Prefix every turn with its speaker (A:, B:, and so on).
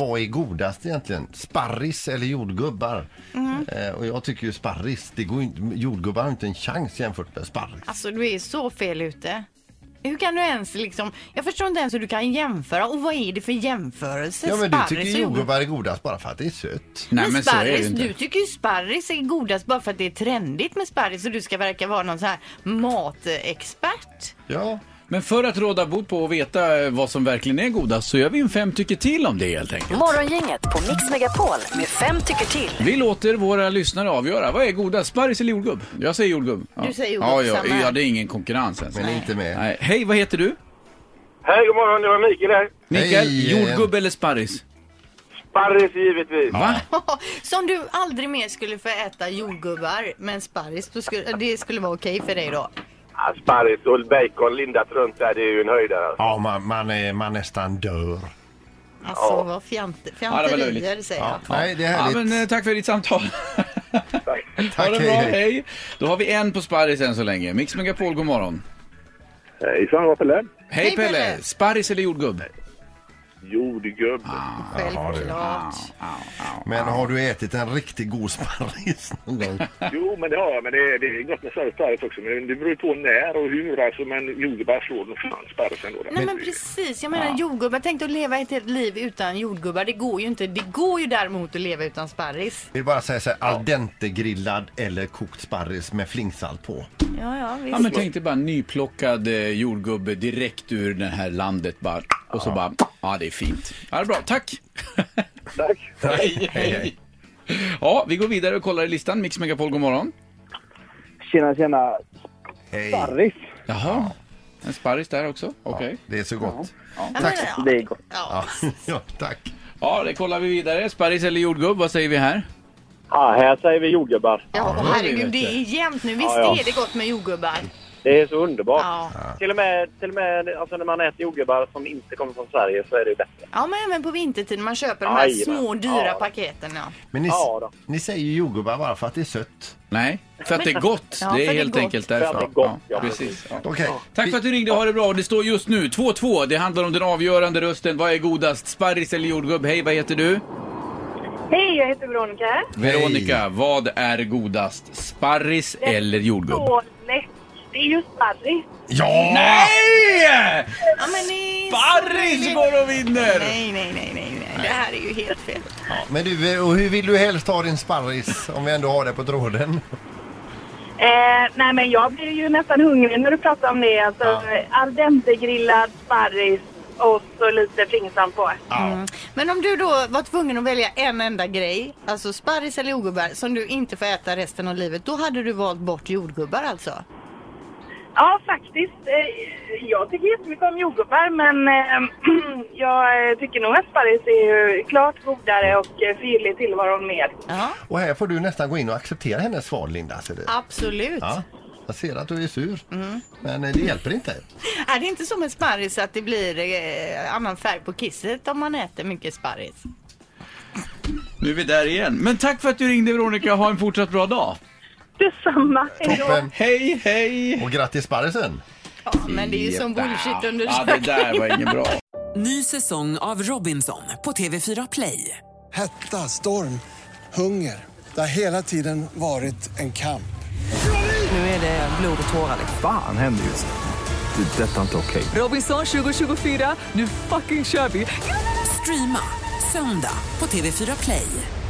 A: vad är godast egentligen? Sparris eller jordgubbar? Eh, och jag tycker ju sparris, det går ju inte, jordgubbar har inte en chans jämfört med sparris.
B: Alltså du är så fel ute. Hur kan du ens liksom, jag förstår inte ens hur du kan jämföra och vad är det för jämförelse?
A: Ja men du tycker
B: Sparris och jordgubb-
A: jordgubbar är godast bara för att det är sött.
B: Men,
C: Nej, men så är det
B: sparris,
C: ju inte.
B: du tycker ju sparris är godast bara för att det är trendigt med sparris och du ska verka vara någon sån här matexpert.
A: Ja,
C: Men för att råda bot på och veta eh, vad som verkligen är godast så gör vi en fem tycker till om det helt enkelt.
D: Morgongänget på Mix Megapol med fem tycker till.
C: Vi låter våra lyssnare avgöra. Vad är godast, sparris eller jordgubb? Jag säger jordgubb. Ja.
B: Du säger jordgubb,
C: ja, ja,
B: samma här.
C: ja, det är ingen konkurrens ens.
A: men inte med.
C: Nej. Hej, vad heter du?
E: Hej, god morgon. Det var Mikael här.
C: Mikael,
A: Hej, eh,
C: jordgubb eller sparris?
E: Sparris givetvis.
C: Va?
B: Som du aldrig mer skulle få äta jordgubbar men sparris, då skulle, det skulle vara okej för dig då.
E: Ja, Ah, Sparris och bacon lindat runt där, det är ju en höjdare. alltså.
A: Ja, man, man, är, man nästan dör.
B: Alltså
E: Ja.
B: vad fjant,
C: var
B: fjanterier
C: löjligt.
B: säger jag.
A: Nej, det är
C: Ja,
A: härligt.
C: men, eh, tack för ditt samtal. ha
A: Tack,
C: det
A: hej,
C: bra,
A: hej.
C: hej. Då har vi en på sparris än så länge. Mix Megapol, god morgon.
F: Hejsan, vad Pelle.
C: Hej,
B: Hej,
C: Pelle.
B: Pelle.
C: Sparris eller jordgubb?
F: Jordgubb.
B: Självklart.
A: Men har du ätit en riktigt god sparris någon gång?
F: Jo, men det har jag. Men det, det är gott med sörjt sparris också. Men det beror ju på när och hur. Alltså, men jordgubbar slår nog fan sparrisen då.
B: Nej men precis, jag menar jordgubbar. Tänk dig att leva ett helt liv utan jordgubbar. Det går ju inte. Det går ju däremot att leva utan sparris.
A: Det är bara att säga så här, al dente grillad eller kokt sparris med flingsalt på.
B: Ja, ja, visst.
C: Ja, men tänk dig bara nyplockad eh, jordgubbe direkt ur det här landet bara. Och så bara, ja det är fint. Ja, det är bra, tack.
F: Tack.
C: Hej, hej. Ja, vi går vidare och kollar i listan. Mix Megapol, god morgon.
G: Tjena, tjena.
A: Hej.
G: Sparris.
C: Jaha, en sparris där också. Okej.
A: Det är så gott.
B: Ja,
A: Tack.
B: men,
G: Det är gott.
B: ja.
A: Ja, tack.
C: Ja, det kollar vi vidare. Sparris eller jordgubb, vad säger vi här?
F: Ja, här säger vi jordgubbar.
B: ja
C: det
B: herregud,
C: vet
B: det
C: jag.
B: är jämnt nu. Visst
F: Ja, ja.
B: är det gott med jordgubbar?
F: Det är så underbart.
B: Ja.
F: Till och med, till och med alltså, när man äter jordgubbar som inte kommer från Sverige så är det ju bättre.
B: ja, men även på vintertid när man köper de här
F: Jajamän.
B: små dyra
F: Ja.
B: paketen. Ja.
A: Men ni,
F: Ja då.
A: ni säger ju jordgubbar bara för att det är sött.
C: Nej, för att det är gott.
B: Ja,
C: det
B: för
C: är
B: det är
C: helt
B: gott.
C: enkelt
F: För
C: därför.
F: att det är gott, ja.
C: precis. Ja.
A: Okej.
C: Tack för att du ringde, ha det bra. Och Det står just nu 2-2. Det handlar om den avgörande rösten. Vad är godast, sparris eller jordgubb? Hej, vad heter du?
H: Hej, jag heter Veronica.
A: Hej.
C: Veronica, vad är godast, sparris eller jordgubb?
H: Så lätt. Det är ju sparris.
A: Ja!
C: Nej!
B: Ja, men det är så
C: Sparris
B: roligt.
C: går och vinner!
B: Nej, nej, nej, nej, nej. Det här är ju helt fel.
A: Men du, eh, och hur vill du helst ha din sparris om vi ändå har det på tråden?
H: Eh, nej, men jag blir ju nästan hungrig när du pratar om det. Alltså,
A: Ja.
H: Al dente-grillad sparris och så lite flingsalt på.
A: Ja.
B: Mm. Men om du då var tvungen att välja en enda grej, alltså sparris eller jordgubbar, som du inte får äta resten av livet, då hade du valt bort jordgubbar alltså?
H: Ja, faktiskt. Eh, jag tycker jättemycket om jordgubbar, men eh, jag eh, tycker nog att sparris är ju klart godare och eh, förgyller tillvaron mer.
B: Ja,
A: Och här får du nästan gå in och acceptera hennes svar, Linda. Ser du?
B: absolut.
A: Ja. Jag ser att du är sur, men eh, det hjälper inte.
B: Är det inte som med sparris att det blir eh, annan färg på kisset om man äter mycket sparris?
C: Nu är vi där igen. Men tack för att du ringde Veronica, ha en fortsatt bra dag.
H: Detsamma. Hej då.
A: Toppen.
C: Hej, hej!
A: Och grattis sparrisen!
B: Ja, men det är ju som
C: Ja, det
B: bullshit-undersökning.
C: där var inget bra.
I: Ny säsong av Robinson på TV4 Play.
J: Hetta, storm, hunger. Det har hela tiden varit en kamp.
I: Nu är det blod och tårar.
K: Fan händer just nu. Det. är Detta är inte okej.
I: Robinson 2024, nu fucking kör vi! Streama söndag på TV4 Play.